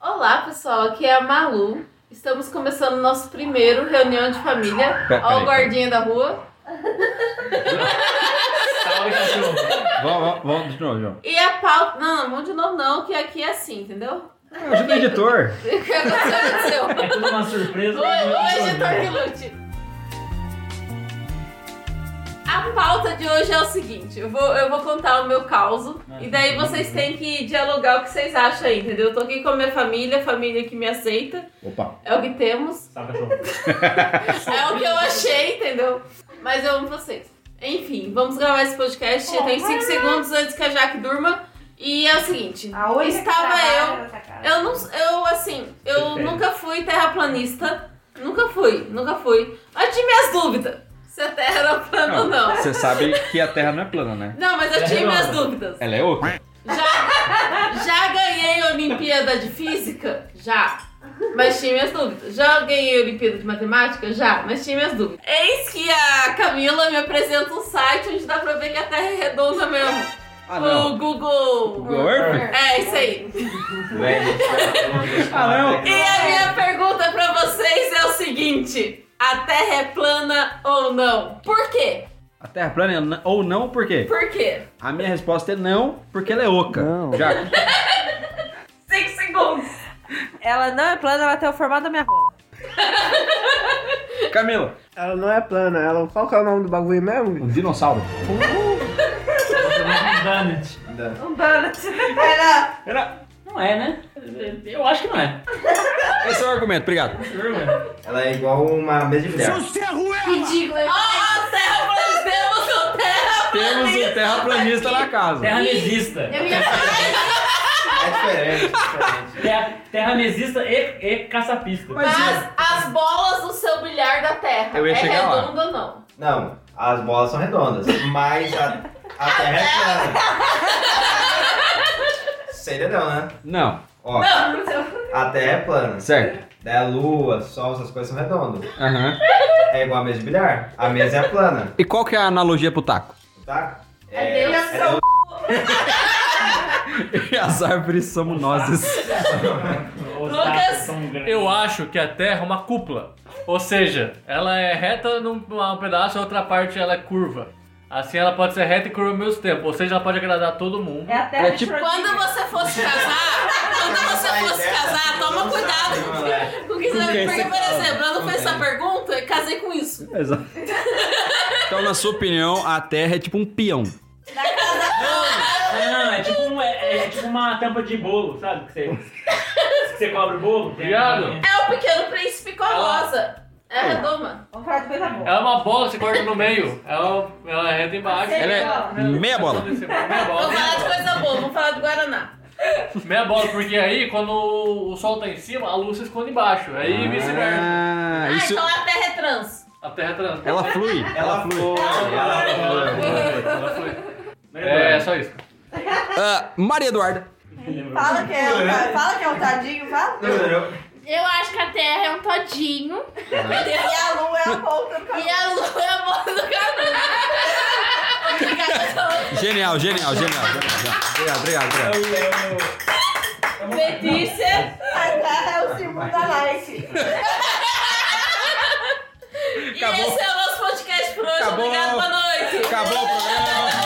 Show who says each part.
Speaker 1: Olá, pessoal. Aqui é a Malu. Estamos começando nosso primeiro reunião de família. Ó o
Speaker 2: Pera- peraí, peraí.
Speaker 1: guardinha da rua.
Speaker 3: Salve, cachorro.
Speaker 2: Vamos, vamos, vamos de novo, João.
Speaker 1: E a pauta... Não, não, vamos de novo não, que aqui é assim, entendeu?
Speaker 2: Ajuda o editor.
Speaker 1: O que aconteceu, aconteceu.
Speaker 3: É tudo uma surpresa. é
Speaker 1: O, o editor que lute. A pauta de hoje é o seguinte, eu vou, eu vou contar o meu caos
Speaker 2: Ah,
Speaker 1: e daí vocês têm que dialogar o que vocês acham aí, entendeu? Eu tô aqui com a minha família, a família que me aceita,
Speaker 2: Opa.
Speaker 1: é o que temos.
Speaker 3: Salve, cachorro.
Speaker 1: É o que eu achei, entendeu? Mas eu amo vocês. Enfim, vamos gravar esse podcast. Tem 5 segundos antes que a Jaque durma. E é o seguinte:
Speaker 4: A única
Speaker 1: estava
Speaker 4: que
Speaker 1: eu.
Speaker 4: trabalha nessa casa.
Speaker 1: Eu não. Eu, assim, eu
Speaker 3: Perfeito.
Speaker 1: nunca fui terraplanista. Nunca fui, nunca fui. Mas tive minhas dúvidas se a terra era plana ou não.
Speaker 2: Você sabe que a Terra não é plana, né?
Speaker 1: Não, mas eu
Speaker 3: Terra
Speaker 1: tive
Speaker 3: redonda.
Speaker 1: minhas dúvidas.
Speaker 2: Ela é oca.
Speaker 1: Já, já ganhei a Olimpíada de Física? Já. Mas tinha minhas dúvidas. Já ganhei a Olimpíada de Matemática? Já. Mas tinha minhas dúvidas. Eis que a Camila me apresenta um site onde dá pra ver que a Terra é redonda mesmo.
Speaker 2: Ah,
Speaker 1: o
Speaker 2: não.
Speaker 1: Google.
Speaker 2: Google Earth?
Speaker 1: É, isso aí.
Speaker 2: Ah, não.
Speaker 1: E a minha pergunta pra vocês é o seguinte: a Terra é plana ou não? Por quê?
Speaker 2: A Terra é plana é n- ou não, por quê?
Speaker 1: Por quê?
Speaker 2: A minha resposta é não, porque ela é oca.
Speaker 5: Não.
Speaker 2: Já.
Speaker 1: 5 segundos.
Speaker 4: Ela não é plana, ela tem o formato da minha rola.
Speaker 2: Camila.
Speaker 5: Ela não é plana, ela. Qual que é o nome do bagulho mesmo?
Speaker 2: Um dinossauro.
Speaker 3: Donut.
Speaker 4: Um donut. Era...
Speaker 2: Era-
Speaker 3: Não é, né? Eu acho que não é.
Speaker 2: Esse é o argumento, obrigado.
Speaker 6: Ela é igual uma mesa de bilhar.
Speaker 1: Ridículo. Ó, oh, Terra, nós temos o Terra
Speaker 2: Temos um terraplanista na casa.
Speaker 3: Terra mesista.
Speaker 1: Eu ia falar
Speaker 6: É diferente, é diferente.
Speaker 3: Terra, terra mesista e, e caçapista.
Speaker 2: Mas-
Speaker 1: Mas as bolas do seu bilhar da terra
Speaker 2: Eu ia
Speaker 1: é
Speaker 2: chegar lá.
Speaker 1: redonda ou não?
Speaker 6: Não, as bolas são redondas, mas a, a terra é plana. Seria não, né?
Speaker 2: Não,
Speaker 6: Ó,
Speaker 1: Não, não.
Speaker 6: a terra é plana.
Speaker 2: certo.
Speaker 6: Daí a lua, sol, essas coisas são redondas.
Speaker 2: Aham.
Speaker 6: É igual a mesa de bilhar. A mesa é plana,
Speaker 2: E qual que é a analogia pro taco?
Speaker 6: tá?
Speaker 1: É Deus.
Speaker 6: é-
Speaker 2: As árvores somos nós.
Speaker 3: Os
Speaker 1: Lucas.
Speaker 3: tacos são grandes.
Speaker 7: Eu acho que a Terra é uma cúpula. Ou seja, ela é reta num um pedaço, a outra parte ela é curva. Assim ela pode ser reta e curva ao mesmo tempo. Ou seja, ela pode agradar todo mundo.
Speaker 4: É a terra
Speaker 2: É
Speaker 4: de
Speaker 2: tipo-
Speaker 4: Trotsky.
Speaker 1: Quando você fosse casar, quando você
Speaker 6: é
Speaker 1: fosse casar, toma cuidado com o que você
Speaker 2: Com
Speaker 1: Porque,
Speaker 2: quem você
Speaker 1: por exemplo, eu
Speaker 2: é
Speaker 1: não fiz essa pergunta e casei com isso.
Speaker 2: Exato. Então, na sua opinião, a Terra é tipo um peão.
Speaker 3: Não, não, é tipo, um- é- é tipo uma tampa de bolo, sabe? Que você, que você cobre o bolo. tem a
Speaker 7: Viado.
Speaker 3: bolinha.
Speaker 1: É o pequeno príncipe com a rosa. É
Speaker 2: Hum.
Speaker 1: redoma.
Speaker 4: Vamos falar de coisa boa.
Speaker 7: Ela é uma bola que você corta no meio. Ela, ela é reta embaixo.
Speaker 2: Ela é meia bola.
Speaker 7: Meia bola.
Speaker 1: Vamos falar de coisa boa, vamos falar do Guaraná.
Speaker 7: Meia bola, porque aí quando o sol tá em cima, a luz se esconde embaixo. Aí vice-versa.
Speaker 2: Ah,
Speaker 1: Ah,
Speaker 2: isso.
Speaker 1: então a terra é trans.
Speaker 7: A Terra é trans.
Speaker 2: Ela flui.
Speaker 6: Ela foi, ela foi.
Speaker 7: Ela foi. É, é só isso.
Speaker 2: Ah, Maria Eduarda.
Speaker 4: Fala que é um, fala que é um tadinho, fala.
Speaker 6: Não, não, não.
Speaker 8: Eu acho que a Terra é um todinho
Speaker 4: E a lua é a ponta do
Speaker 1: E
Speaker 4: cabelo.
Speaker 1: a lua é a bola do Guaraná. Obrigada.
Speaker 2: Genial, genial, genial. Obrigado, obrigado, obrigado.
Speaker 1: Letícia.
Speaker 4: A terra é o símbolo da Nike.
Speaker 1: E esse é o nosso podcast por hoje.
Speaker 2: Acabou.
Speaker 1: Obrigado, boa noite.
Speaker 2: Acabou o programa.